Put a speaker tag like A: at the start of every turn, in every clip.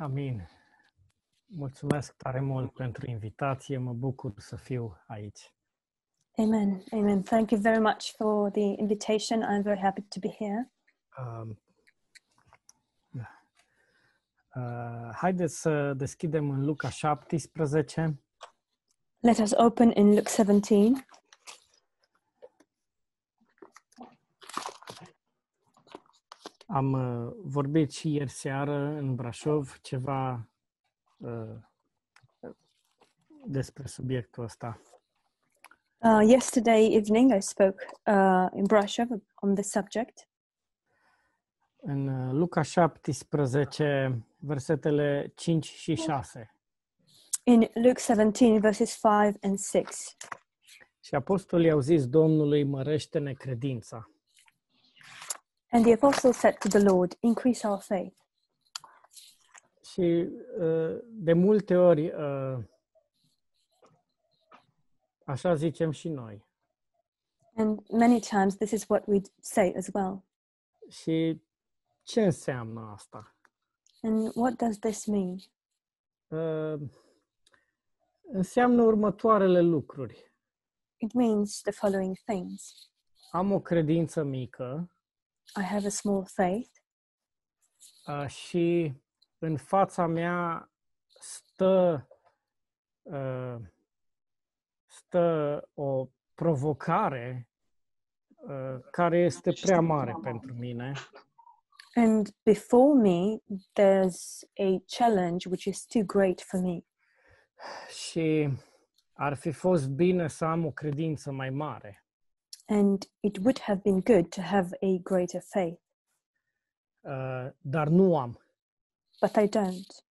A: Amin. Mulțumesc tare mult pentru invitație. Mă bucur să fiu aici.
B: Amen. Amen. Thank you very much for the invitation. I'm very happy to be here.
A: Um, da. Uh, haideți să deschidem în Luca 17.
B: Let us open in Luke 17.
A: Am uh, vorbit și ieri seară în Brașov ceva uh, despre subiectul ăsta.
B: Uh, yesterday evening, I spoke uh, in Brasov on this subject.
A: În uh, Luca 17, versetele 5 și 6.
B: In Luke 17, verses 5 and 6,
A: Și apostolii au zis Domnului, mărește-ne credința.
B: and the apostles said to the Lord, Increase our faith.
A: Și uh, de multe ori uh, așa zicem și noi.
B: And many times, this is what we say as well.
A: Și ce înseamnă asta?
B: And what does this mean?
A: Uh, înseamnă următoarele lucruri.
B: It means the following things
A: Am o credință mică
B: I have a small faith,
A: uh, și în fața mea stă, uh, stă o provocare uh, care este prea mare pentru mine.
B: and before me, there's a challenge which is too great for me.
A: și ar fi fost bine să am o credință mai mare.
B: And it would have been good to have a greater faith,
A: Uh, Dar nu am.
B: but I don't.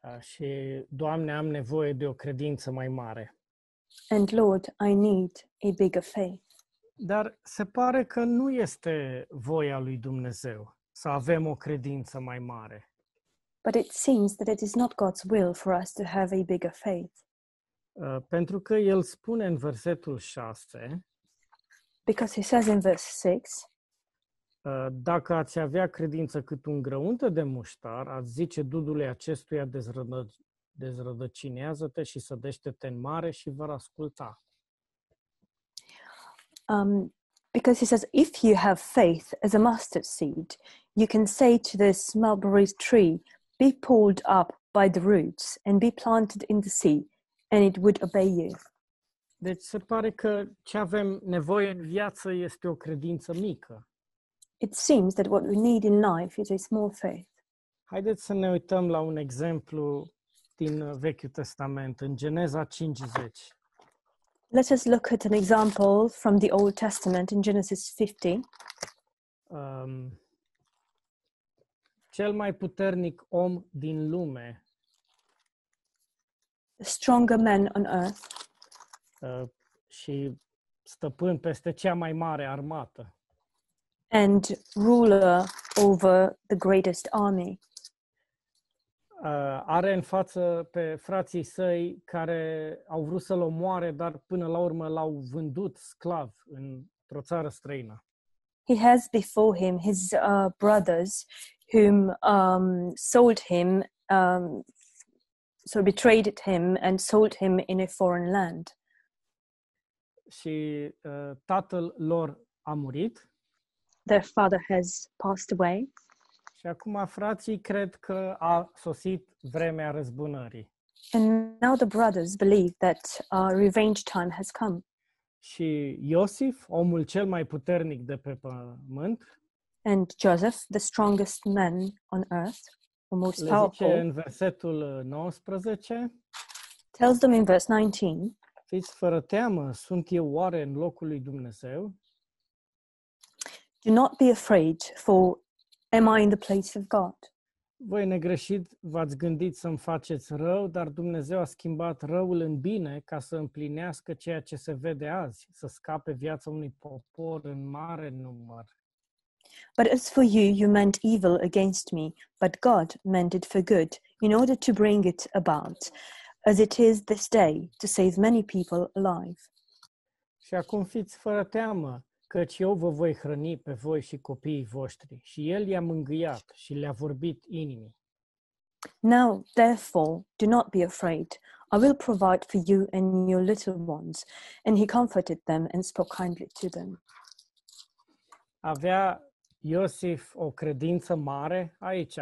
A: Uh, Și, Doamne, am nevoie de o credință mai mare.
B: And Lord, I need a bigger faith.
A: Dar se pare că nu este voia lui Dumnezeu să avem o credință mai mare.
B: But it seems that it is not God's will for us to have a bigger faith,
A: Uh, Pentru că el spune în versetul 6,
B: because He says in verse 6
A: uh, dacă ați avea credință cât un grăunte de muștar, ați zice dudule acestuia dezrădă, dezrădăcinează-te și sădește-te în mare și vă asculta.
B: um, because he says, if you have faith as a mustard seed, you can say to this mulberry tree, be pulled up by the roots and be planted in the sea, and it would obey you.
A: Deci se pare că ce avem nevoie în viață este o credință mică.
B: It seems that what we need in life is a small faith.
A: Haideți să ne uităm la un exemplu din uh, Vechiul Testament, în Geneza 50.
B: Let us look at an example from the Old Testament in Genesis 50.
A: Um, cel mai puternic om din lume,
B: The stronger man on earth
A: uh, și stăpân peste cea mai mare armată,
B: and ruler over the greatest army
A: uh, are în față pe frații săi care au vrut să-l omoare, dar până la urmă l-au vândut sclav într-o țară străină.
B: he has before him his uh, brothers whom um, sold him um, so betrayed him and sold him in a foreign land
A: și uh, tatăl lor a murit
B: their father has passed away
A: și acum frații cred că a sosit vremea răzbunării
B: and now the brothers believe that uh, revenge time has come
A: și Iosif, omul cel mai puternic de pe pământ,
B: and joseph the strongest man on earth or most
A: le
B: powerful
A: zice în versetul uh, 19,
B: tells them in verse 19
A: fiți fără teamă, sunt eu oare în locul lui Dumnezeu?
B: do not be afraid for am i in the place of god
A: Voi negreșit v-ați gândit să-mi faceți rău, dar Dumnezeu a schimbat răul în bine ca să împlinească ceea ce se vede azi, să scape viața unui popor în mare număr.
B: But as for you, you meant evil against me, but God meant it for good, in order to bring it about, as it is this day, to save many people alive.
A: Și acum fiți fără teamă, căci eu vă voi hrăni pe voi și copiii voștri. Și el i-a mângâiat și le-a vorbit inimii.
B: Now, therefore, do not be afraid. I will provide for you and your little ones. And he comforted them and spoke kindly to them.
A: Avea Iosif o credință mare aici.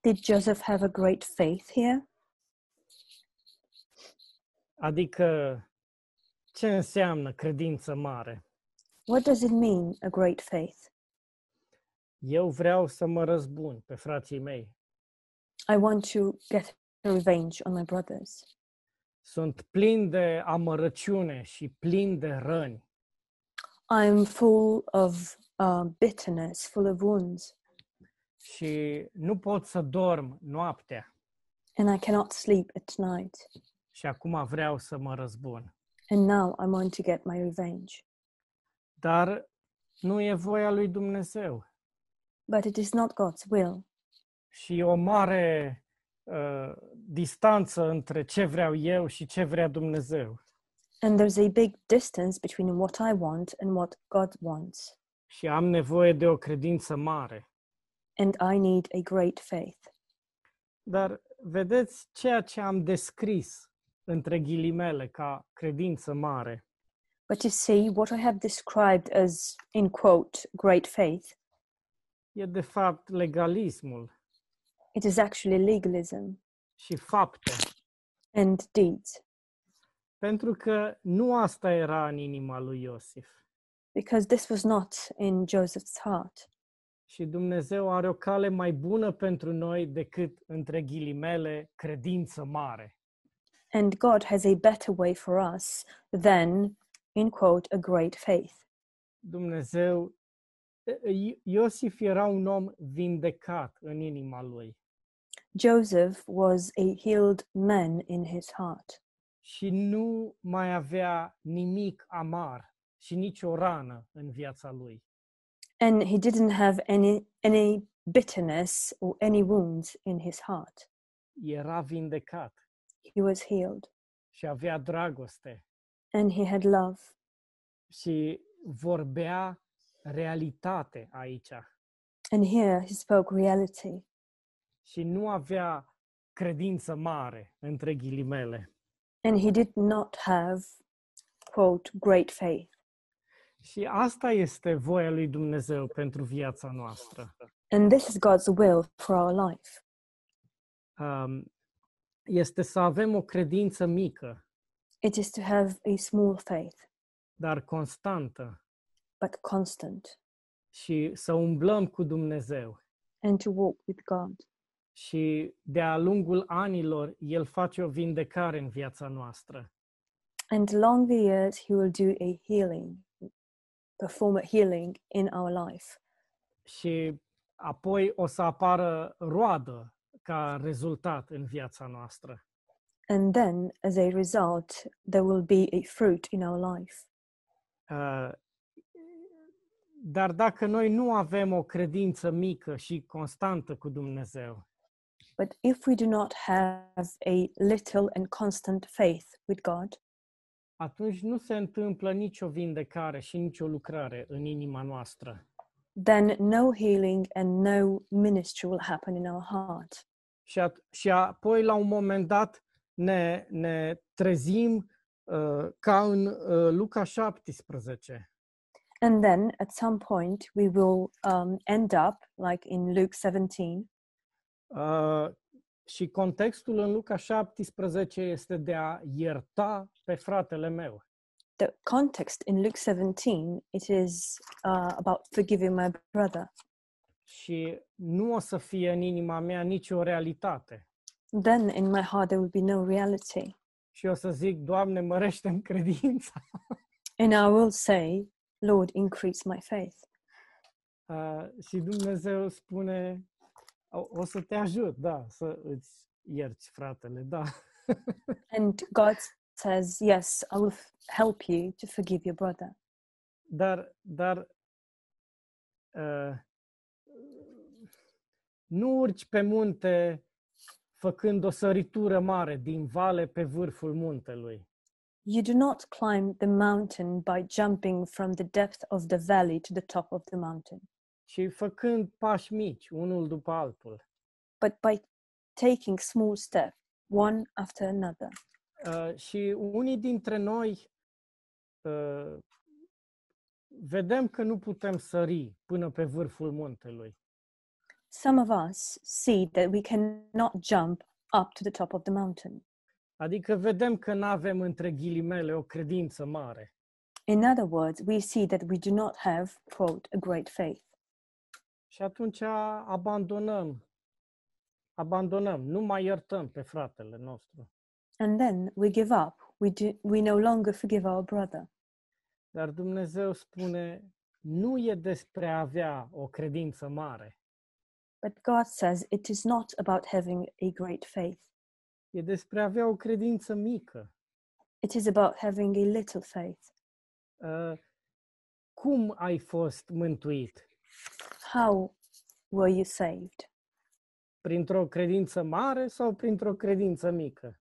B: Did Joseph have a great faith here?
A: Adică, ce înseamnă credință mare?
B: What does it mean, a great faith?
A: Eu vreau să mă răzbun pe frații mei.
B: I want to get revenge on my brothers.
A: Sunt plin de amărăciune și plin de răni.
B: I'm full of uh, bitterness, full of wounds,
A: și nu pot să dorm noaptea
B: and I cannot sleep at night.
A: și acum vreau să mă răzbun.
B: And now I want to get my revenge.
A: Dar nu e voia lui Dumnezeu
B: But it is not God's will.
A: și e o mare uh, distanță între ce vreau eu și ce vrea Dumnezeu.
B: And there's a big distance between what I want and what God wants.
A: Și am nevoie de o credință mare.
B: And I need a great faith.
A: Dar vedeți ceea ce am descris între ghilimele ca credință mare
B: But you see, what I have described as, in quote, great faith,
A: e de fapt legalismul
B: it is actually legalism
A: și fapte.
B: and deeds.
A: Pentru că nu asta era în inima lui Iosif.
B: Because this was not in Joseph's heart.
A: Și Dumnezeu are o cale mai bună pentru noi decât, între ghilimele, credință mare.
B: And God has a better way for us than, in quote, a great faith.
A: Dumnezeu, I- Iosif era un om vindecat în inima lui
B: Joseph was a healed man in his heart,
A: și nu mai avea nimic amar și nicio rană în viața lui.
B: and he didn't have any, any bitterness or any wounds in his heart.
A: Era vindecat
B: He was healed
A: și avea dragoste
B: and he had love
A: și vorbea realitate aici
B: And here he spoke reality.
A: și nu avea credință mare, între ghilimele.
B: And he did not have, quote, great faith.
A: Și asta este voia lui Dumnezeu pentru viața noastră.
B: And this is God's will for our life
A: Um, Este să avem o credință mică,
B: it is to have a small faith,
A: dar constantă,
B: but constant,
A: și să umblăm cu Dumnezeu.
B: and to walk with God.
A: Și de-a lungul anilor, El face o vindecare în viața noastră.
B: And along the years, he will do a healing, perform a healing in our life.
A: Și apoi o să apară roadă ca rezultat în viața noastră.
B: And then, as a result, there will be a fruit in our life.
A: Uh, Dar dacă noi nu avem o credință mică și constantă cu Dumnezeu,
B: But if we do not have a little and constant faith with God,
A: atunci nu se întâmplă nicio vindecare și nicio lucrare în inima noastră.
B: then no healing and no ministry will happen in our heart.
A: Și, at- și apoi, la un moment dat, ne, ne trezim uh, ca în uh, Luca 17,
B: And then at some point, we will um, end up like in Luke 17.
A: uh, și contextul în Luca 17 este de a ierta pe fratele meu.
B: The context in Luke 17, it is uh, about forgiving my brother.
A: Și nu o să fie în inima mea nicio realitate.
B: Then in my heart, there will be no reality.
A: Și o să zic, Doamne, mărește-mi credința.
B: And I will say, Lord, increase my faith.
A: Uh, și Dumnezeu spune, o, o să te ajut, da, să îți ierți fratele, da.
B: And God says, Yes, I will f- help you to forgive your brother.
A: Dar, dar uh, nu urci pe munte făcând o săritură mare din vale pe vârful muntelui.
B: You do not climb the mountain by jumping from the depth of the valley to the top of the mountain,
A: ci făcând pași mici, unul după altul.
B: but by taking small steps one after another.
A: Uh, și unii dintre noi uh, vedem că nu putem sări până pe vârful muntelui.
B: Some of us see that we cannot jump up to the top of the mountain.
A: Adică vedem că nu avem între ghilimele o credință mare.
B: In other words, we see that we do not have, quote, a great faith.
A: Și atunci abandonăm, abandonăm, nu mai iertăm pe fratele nostru.
B: And then we give up. We, do, we no longer forgive our brother.
A: Dar Dumnezeu spune, nu e despre a avea o credință mare,
B: But God says it is not about having a great faith,
A: e despre a avea o credință mică.
B: it is about having a little faith.
A: Uh, cum ai fost mântuit?
B: How were you saved?
A: Printr-o credință mare sau printr-o credință mică?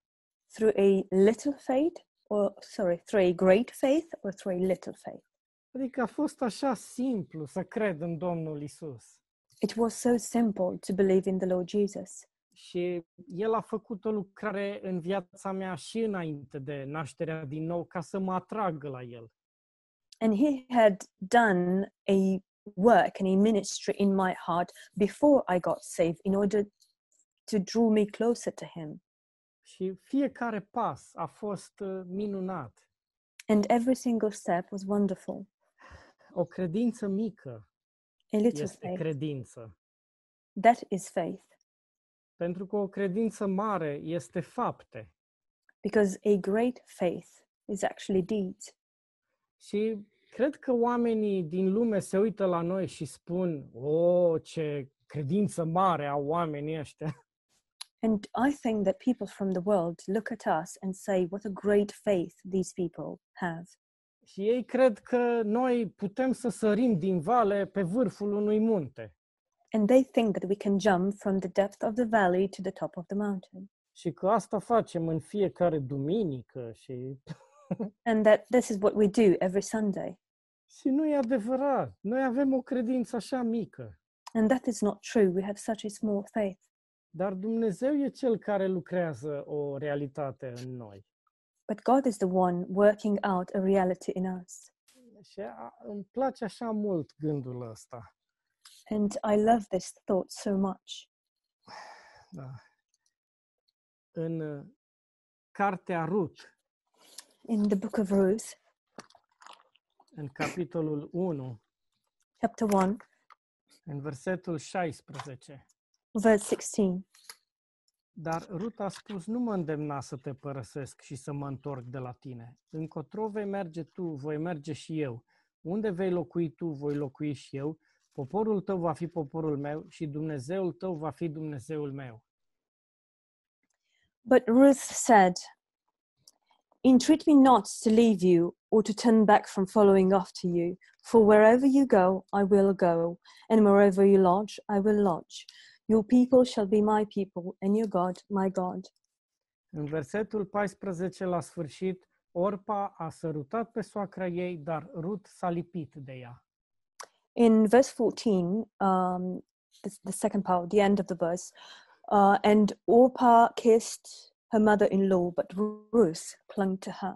B: Through a little faith, or sorry, through a great faith, or through a little faith?
A: Adică a fost așa simplu să cred în Domnul Isus.
B: It was so simple to believe in the Lord Jesus.
A: Și El a făcut o lucrare în viața mea și înainte de nașterea din nou ca să mă atragă la El.
B: And He had done a work and a ministry in my heart before I got saved in order to draw me closer to Him.
A: Și fiecare pas a fost uh, minunat.
B: And every single step was wonderful.
A: O credință mică
B: A little
A: este
B: faith.
A: credință.
B: That is faith,
A: Pentru că o credință mare este fapte.
B: because a great faith is actually deeds.
A: Și cred că oamenii din lume se uită la noi și spun, o, ce credință mare au oamenii ăștia.
B: And I think that people from the world look at us and say, What a great faith these people have.
A: Și ei cred că noi putem să sărim din vale pe vârful unui munte.
B: And they think that we can jump from the depth of the valley to the top of the mountain.
A: Și că asta facem în fiecare duminică și...
B: And that this is what we do every Sunday.
A: Și nu e adevărat. Noi avem o credință așa mică.
B: And that is not true. We have such a small faith.
A: Dar Dumnezeu e cel care lucrează o realitate în noi.
B: But God is the one working out a reality in us.
A: Și a, îmi place așa mult gândul ăsta.
B: And I love this thought so much.
A: Da. În uh, cartea Rut,
B: In the book of Ruth,
A: în capitolul 1,
B: chapter 1,
A: în versetul 16.
B: verse 16.
A: Dar Rut a spus, nu mă îndemna să te părăsesc și să mă întorc de la tine. Încotro vei merge tu, voi merge și eu. Unde vei locui tu, voi locui și eu. Poporul tău va fi poporul meu și Dumnezeul tău va fi Dumnezeul meu.
B: But Ruth said, Entreat me not to leave you or to turn back from following after you, for wherever you go, I will go, and wherever you lodge, I will lodge. Your people shall be my people, and your God, my God.
A: În versetul 14 la sfârșit, Orpa a sărutat pe soacra ei, dar Rut s-a lipit de ea.
B: In verse 14, um, the, the second part, the end of the verse, uh, and Orpah kissed her mother in law, but Ruth clung to her.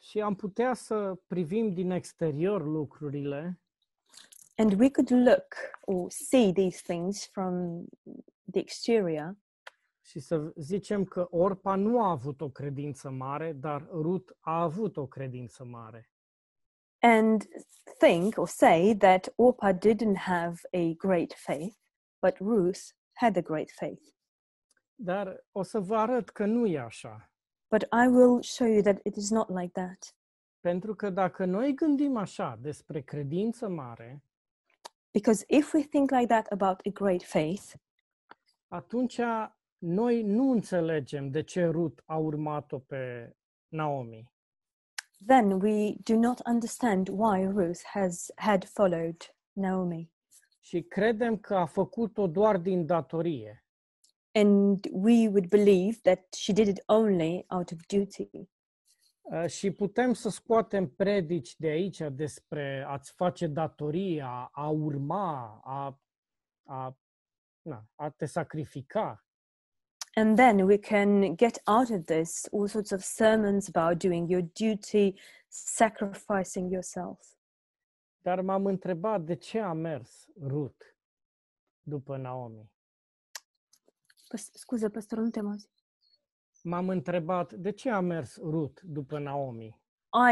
A: Și am putea să privim din exterior lucrurile
B: And we could look or see these things from the exterior
A: Și să zicem că Orpa nu a avut o credință mare, dar Rut a avut o credință mare.
B: and think or say that Orpah didn't have a great faith, but Ruth had a great faith.
A: Dar o să vă arăt că nu e așa.
B: But I will show you that it is not like that.
A: Pentru că dacă noi gândim așa despre credință mare,
B: Because if we think like that about a great faith,
A: atunci noi nu înțelegem de ce Rut a urmat-o pe Naomi.
B: then we do not understand why Ruth has had followed Naomi.
A: Și credem că a făcut-o doar din datorie.
B: And we would believe that she did it only out of duty.
A: Uh, Și putem să scoatem predici de aici despre a-ți face datoria, a urma, a, a, na, a te sacrifica.
B: And then we can get out of this all sorts of sermons about doing your duty, sacrificing yourself.
A: Dar m-am întrebat de ce a mers Ruth după Naomi.
B: Păs- Scuze, păstorul, nu te mai auzi.
A: M-am întrebat de ce a mers Ruth după Naomi.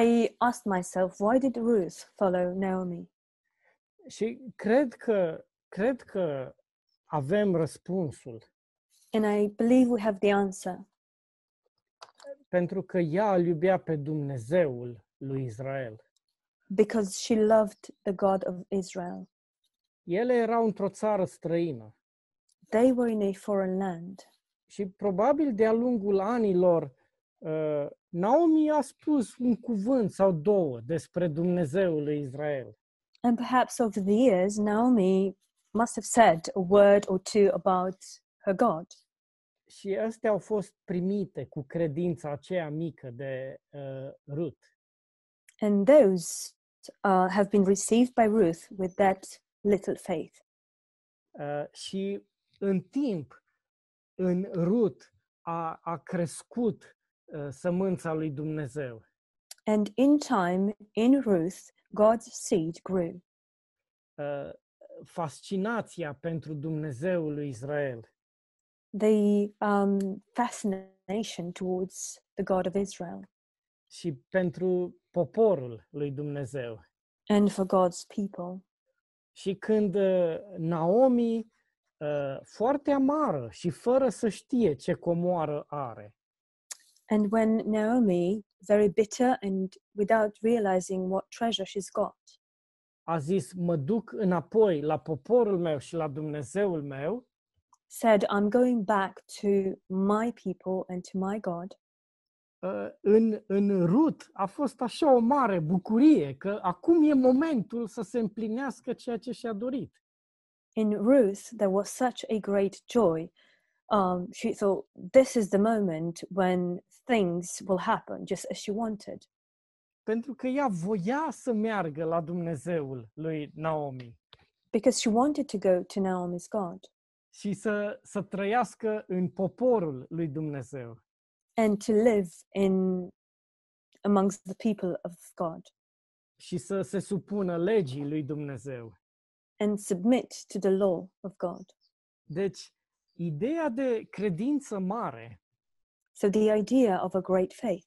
B: I asked myself, why did Ruth follow Naomi?
A: Și cred că, cred că avem răspunsul,
B: And I believe we have the answer
A: pentru că ea îl iubea pe Dumnezeul lui Israel.
B: because she loved the God of Israel.
A: Ele erau într-o țară străină
B: They were in a foreign land.
A: și probabil de-a lungul anilor uh, Naomi a spus un cuvânt sau două despre Dumnezeul lui Israel.
B: And perhaps over the years, Naomi must have said a word or two about her God.
A: și astea au fost primite cu credința aceea mică de uh, Ruth.
B: And those uh, have been received by Ruth with that little faith.
A: Uh, și în timp, în Ruth a, a crescut uh, sămânța lui Dumnezeu.
B: And in time, in Ruth, God's seed grew.
A: Uh, fascinația pentru Dumnezeul lui Israel,
B: The um, fascination towards the God of Israel
A: și pentru poporul lui Dumnezeu.
B: and for God's people.
A: Și când uh, Naomi, uh, foarte amară și fără să știe ce comoară are,
B: And when Naomi, very bitter and without realizing what treasure she's got,
A: a zis, mă duc înapoi la poporul meu și la Dumnezeul meu
B: said, I'm going back to my people and to my God.
A: uh, în, în Rut a fost așa o mare bucurie că acum e momentul să se împlinească ceea ce și-a dorit.
B: In Ruth, there was such a great joy. Um, she thought, this is the moment when things will happen just as she wanted,
A: Pentru că ea voia să meargă la Dumnezeul lui Naomi
B: because she wanted to go to Naomi's God
A: și să, să trăiască în poporul lui Dumnezeu.
B: and to live in amongst the people of God
A: și să se supună legii lui Dumnezeu.
B: and submit to the law of God.
A: Deci, ideea de credință mare
B: So the idea of a great faith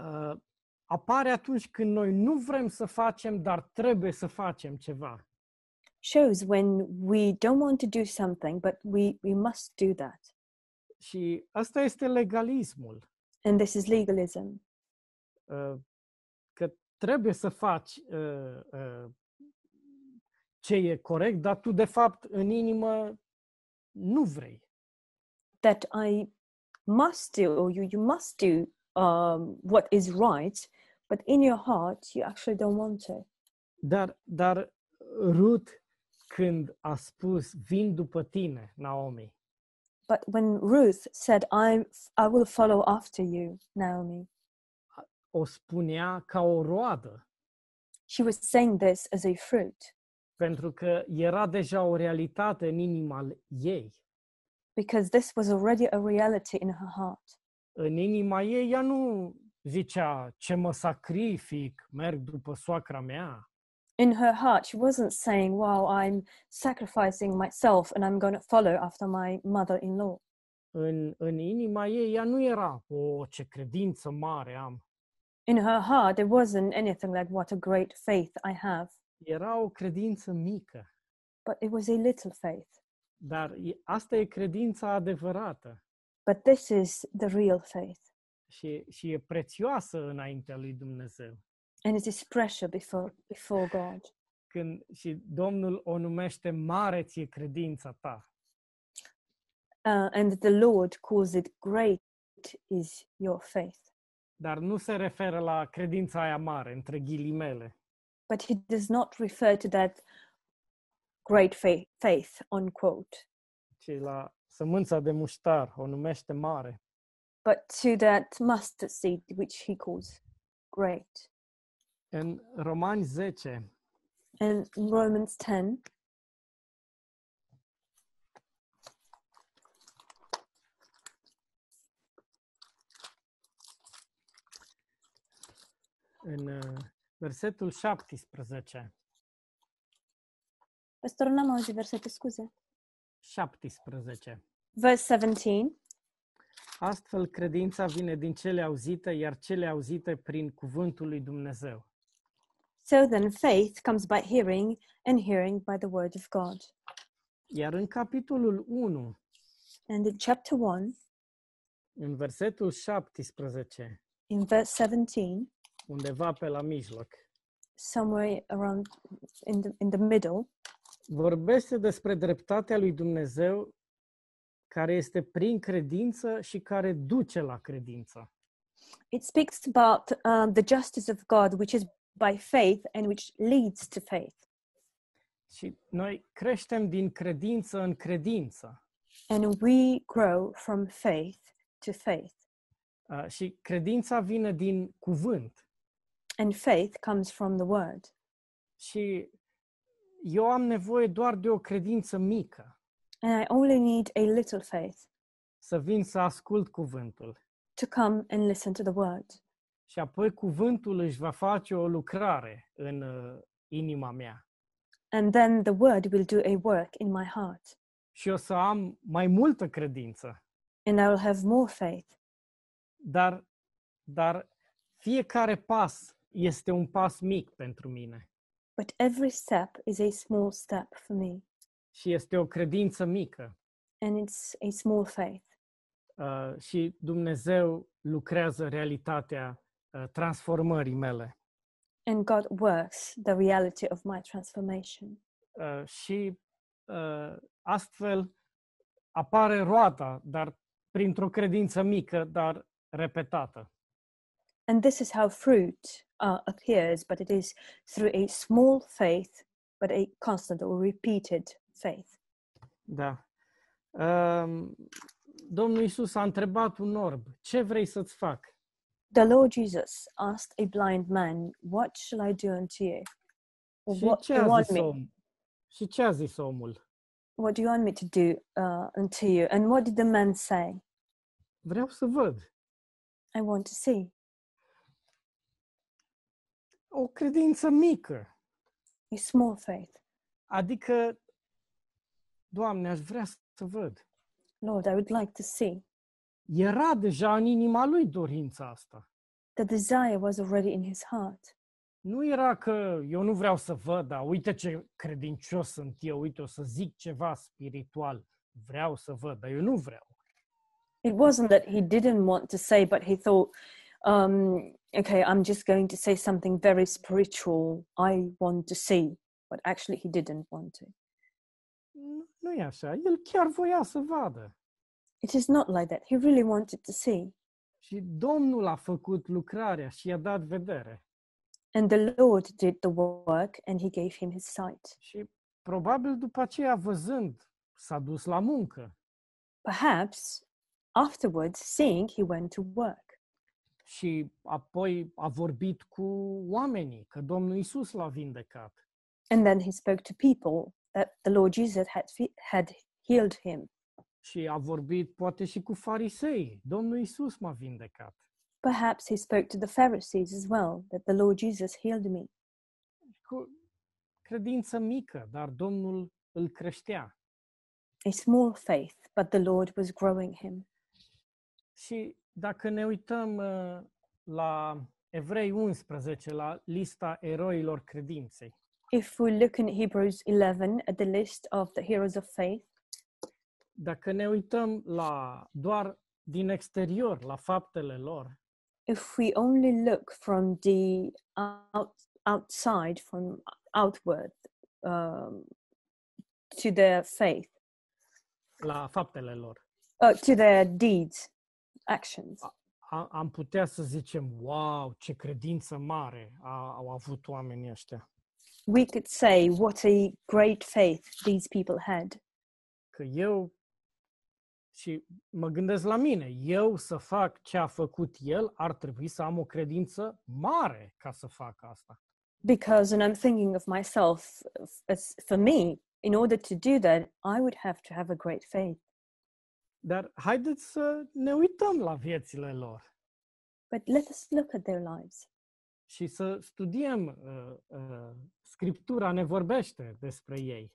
A: uh, apare atunci când noi nu vrem să facem, dar trebuie să facem ceva.
B: shows when we don't want to do something, but we, we must do that.
A: Și asta este legalismul,
B: And this is legalism
A: uh, că trebuie să faci uh, uh, ce e corect, dar tu de fapt în inimă nu vrei.
B: that I must do, or you, you must do um, what is right, but in your heart, you actually don't want to.
A: Dar, dar Ruth, când a spus, vin după tine, Naomi,
B: But when Ruth said, I, I will follow after you, Naomi,
A: o spunea ca o roadă,
B: she was saying this as a fruit
A: pentru că era deja o realitate în inima ei.
B: because this was already a reality in her heart.
A: în inima ei, ea nu zicea ce mă sacrific, merg după soacra mea,
B: In her heart, she wasn't saying, Wow, I'm sacrificing myself and I'm going to follow after my mother in law.
A: în, în inima ei, ea nu era, o, ce credință mare am.
B: in her heart there wasn't anything like what a great faith i have
A: Era o credință mică,
B: but it was a little faith
A: dar e- asta e credința adevărată
B: but this is the real faith
A: și, și e prețioasă înaintea lui Dumnezeu.
B: and it is pressure before before god
A: Când, și Domnul o numește mare ție credința ta.
B: uh, and the lord calls it great is your faith
A: Dar nu se referă la credința aia mare, între ghilimele.
B: but he does not refer to that great faith faith unquote
A: ci la sămânța de muștar, o numește mare.
B: but to that mustard seed which he calls great
A: În Romani 10,
B: and in romans 10
A: în uh, versetul 17.
B: Pe strona mea de versete, scuze.
A: 17.
B: Verse 17.
A: Astfel, credința vine din cele auzite, iar cele auzite prin cuvântul lui Dumnezeu.
B: So then faith comes by hearing, and hearing by the word of God.
A: Iar în capitolul 1,
B: And in chapter 1,
A: în versetul 17,
B: in verse 17,
A: undeva pe la mijloc,
B: somewhere around in the, in the middle,
A: vorbește despre dreptatea lui Dumnezeu care este prin credință și care duce la credință.
B: it speaks about um, the justice of God, which is by faith and which leads to faith.
A: Și noi creștem din credință în credință.
B: And we grow from faith to faith.
A: Uh, și credința vine din cuvânt.
B: And faith comes from the word.
A: Și eu am nevoie doar de o credință mică,
B: And I only need a little faith
A: să vin să ascult cuvântul.
B: to come and listen to the word.
A: Și apoi cuvântul își va face o lucrare în uh, inima mea.
B: And then the word will do a work in my heart.
A: Și o să am mai multă credință.
B: And I will have more faith.
A: Dar, dar fiecare pas este un pas mic pentru mine.
B: But every step is a small step for me.
A: Și este o credință mică.
B: And it's a small faith.
A: Uh, și Dumnezeu lucrează realitatea uh, transformării mele.
B: And God works the reality of my transformation.
A: Uh, și uh, astfel apare roata, dar printr-o credință mică, dar repetată.
B: And this is how fruit uh, appears, but it is through a small faith, but a constant or repeated faith.
A: Da. Uh, Domnul Isus a întrebat un orb, ce vrei să-ți fac?
B: The Lord Jesus asked a blind man, What shall I do unto you? Or
A: Și
B: What do
A: ce
B: you
A: a
B: want
A: zis
B: me?
A: omul? Și ce a zis omul?
B: What do you want me to do uh, unto you? And what did the man say?
A: Vreau să văd.
B: I want to see.
A: O credință mică.
B: A small faith.
A: Adică, Doamne, aș vrea să văd.
B: Lord, I would like to see.
A: Era deja în inima lui dorința asta.
B: The desire was already in his heart.
A: Nu era că eu nu vreau să văd, dar uite ce credincios sunt eu, uite, o să zic ceva spiritual, vreau să văd, dar eu nu vreau.
B: It wasn't that he didn't want to say, but he thought, um, okay, I'm just going to say something very spiritual. I want to see. But actually, he didn't want to.
A: Nu- Nu e așa, el chiar voia să vadă.
B: It is not like that. He really wanted to see.
A: Și Domnul a făcut lucrarea și i-a dat vedere.
B: And the Lord did the work and he gave him his sight.
A: Și probabil după aceea, văzând, s-a dus la muncă.
B: Perhaps afterwards, seeing, he went to work.
A: Și apoi a vorbit cu oamenii, că Domnul Isus l-a vindecat.
B: And then he spoke to people that the Lord Jesus had, fe- had healed him.
A: Și a vorbit poate și cu farisei, Domnul Isus m-a vindecat.
B: Perhaps he spoke to the Pharisees as well, that the Lord Jesus healed me.
A: cu credință mică, dar Domnul îl creștea.
B: a small faith, but the Lord was growing him.
A: Și dacă ne uităm uh, la Evrei 11, la lista eroilor credinței,
B: If we look in Hebrews 11 at the list of the heroes of faith,
A: dacă ne uităm la doar din exterior, la faptele lor,
B: if we only look from the out, outside, from outward um, to their faith,
A: la faptele lor,
B: uh, to their deeds, actions,
A: a, am putea să zicem, wow, ce credință mare a, au avut oamenii ăștia,
B: we could say what a great faith these people had.
A: că eu și mă gândesc la mine, eu să fac ce a făcut el, ar trebui să am o credință mare ca să fac asta.
B: Because, and I'm thinking of myself, f- as for me, in order to do that, I would have to have a great faith.
A: Dar haideți să ne uităm la viețile lor.
B: But let us look at their lives.
A: și să studiem uh, uh, Scriptura ne vorbește despre ei.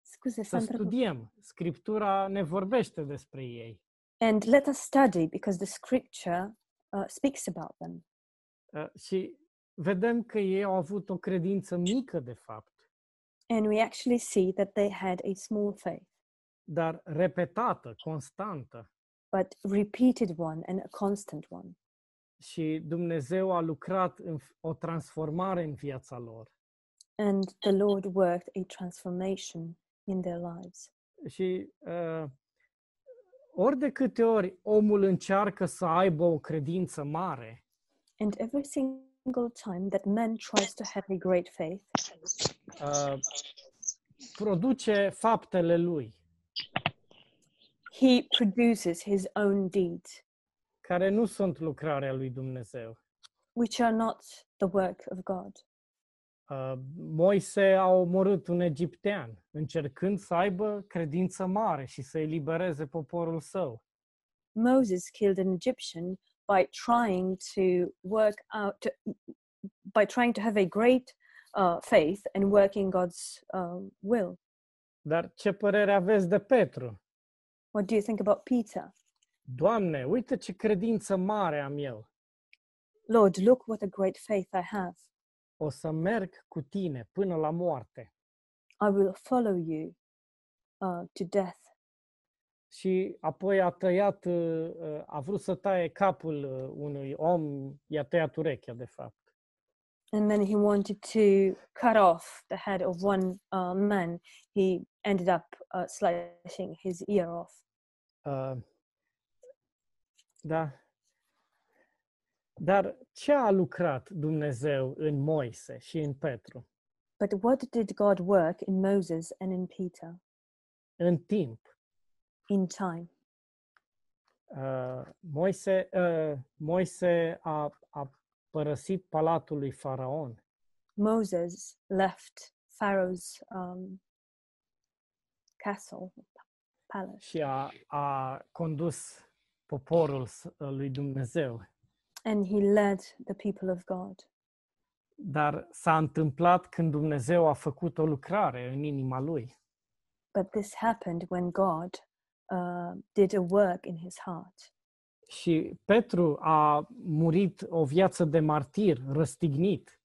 B: Scuze,
A: Să
B: Sandra.
A: studiem. Scriptura ne vorbește despre ei.
B: And let us study because the scripture uh, speaks about them.
A: Uh, și vedem că ei au avut o credință mică, de fapt,
B: And we actually see that they had a small faith,
A: dar repetată, constantă.
B: but repeated one and a constant one.
A: Și Dumnezeu a lucrat în f- o transformare în viața lor.
B: And the Lord worked a transformation in their lives.
A: Și uh, ori de câte ori omul încearcă să aibă o credință mare,
B: And every single time that man tries to have a great faith,
A: uh, produce faptele lui,
B: he produces his own deeds,
A: care nu sunt lucrarea lui Dumnezeu.
B: which are not the work of God.
A: Uh, Moise a omorât un egiptean, încercând să aibă credință mare și să elibereze poporul său.
B: Moses killed an Egyptian by trying to work out, to, by trying to have a great uh, faith and working God's um, will.
A: Dar ce părere aveți de Petru?
B: What do you think about Peter?
A: Doamne, uite ce credință mare am eu!
B: Lord, look what a great faith I have.
A: O să merg cu tine până la moarte.
B: I will follow you uh, to death.
A: și apoi a tăiat, uh, uh, a vrut să taie capul uh, unui om, i-a tăiat urechea, de fapt.
B: And then he wanted to cut off the head of one uh, man. He ended up uh, slashing his ear off.
A: Uh, Da. Dar ce a lucrat Dumnezeu în Moise și în Petru?
B: But what did God work in Moses and in Peter
A: În timp.
B: in time?
A: Uh, Moise, uh, Moise a, a părăsit palatul lui Faraon.
B: Moses left Pharaoh's um, castle, palace,
A: și a, a condus poporul s- uh, lui Dumnezeu.
B: and he led the people of God.
A: Dar s-a întâmplat când Dumnezeu a făcut o lucrare în inima lui.
B: But this happened when God uh, did a work in his heart.
A: Și Petru a murit o viață de martir, răstignit,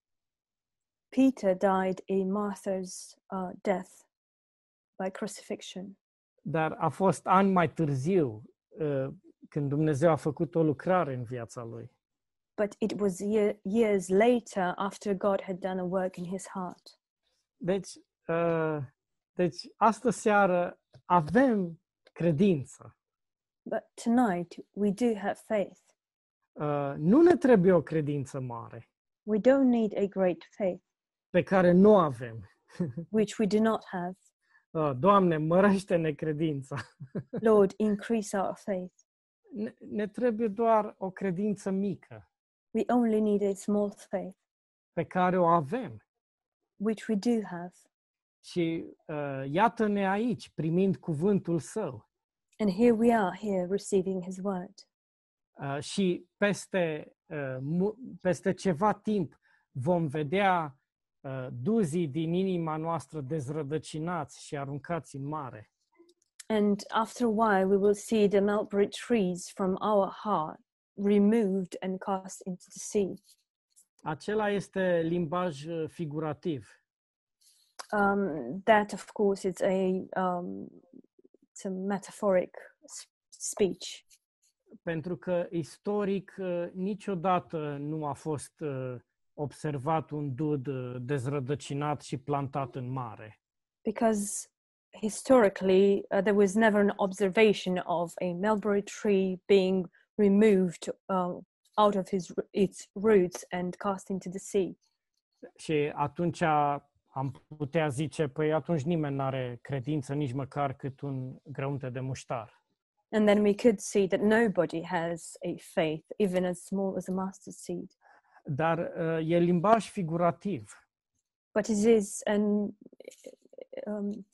B: Peter died a martyr's uh, death by crucifixion,
A: dar a fost ani mai târziu uh, când Dumnezeu a făcut o lucrare în viața lui.
B: but it was year, years later after God had done a work in his heart.
A: Deci, uh, deci astă seară avem credință.
B: But tonight we do have faith.
A: Uh, Nu ne trebuie o credință mare
B: We don't need a great faith,
A: pe care nu o avem.
B: which we do not have.
A: Uh, Doamne, mărește-ne credința.
B: Lord, increase our faith.
A: Ne, ne trebuie doar o credință mică.
B: We only need a small faith,
A: pe care o avem.
B: which we do have.
A: Și uh, iată-ne aici, primind cuvântul său.
B: And here we are, here receiving his word.
A: Uh, și peste, uh, mu- peste ceva timp vom vedea uh, duzii din inima noastră dezrădăcinați și aruncați în mare.
B: And after a while, we will see the mulberry trees from our heart removed and cast into the sea.
A: Acela este limbaj uh, figurativ.
B: Um, that, of course, is a um, it's a metaphoric s- speech
A: pentru că istoric uh, niciodată nu a fost uh, observat un dud uh, dezrădăcinat și plantat în mare.
B: because historically uh, there was never an observation of a mulberry tree being removed uh, out of his r- its roots and cast into the sea.
A: Și atunci am putea zice, păi atunci nimeni nu are credință nici măcar cât un grăunte de muștar.
B: And then we could see that nobody has a faith, even as small as a mustard seed.
A: Dar uh, e limbaj figurativ.
B: But it is an um,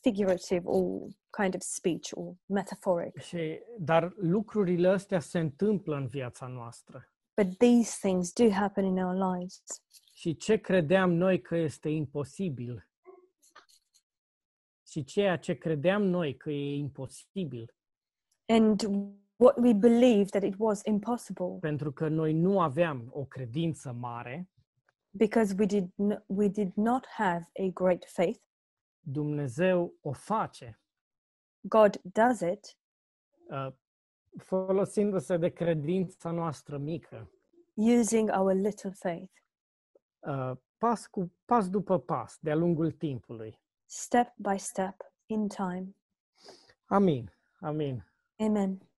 B: figurative or kind of speech or metaphoric.
A: Și, dar lucrurile astea se întâmplă în viața noastră.
B: But these things do happen in our lives.
A: și ce credeam noi că este imposibil. Și ceea ce credeam noi că e imposibil,
B: And what we believed that it was impossible
A: pentru că noi nu aveam o credință mare,
B: because we did, n- we did not have a great faith.
A: Dumnezeu o face
B: God does it
A: uh, folosindu-se de credința noastră mică,
B: using our little faith,
A: uh, pas, cu, pas după pas, de-a lungul timpului.
B: step by step, in time.
A: Amin, amin.
B: Amen.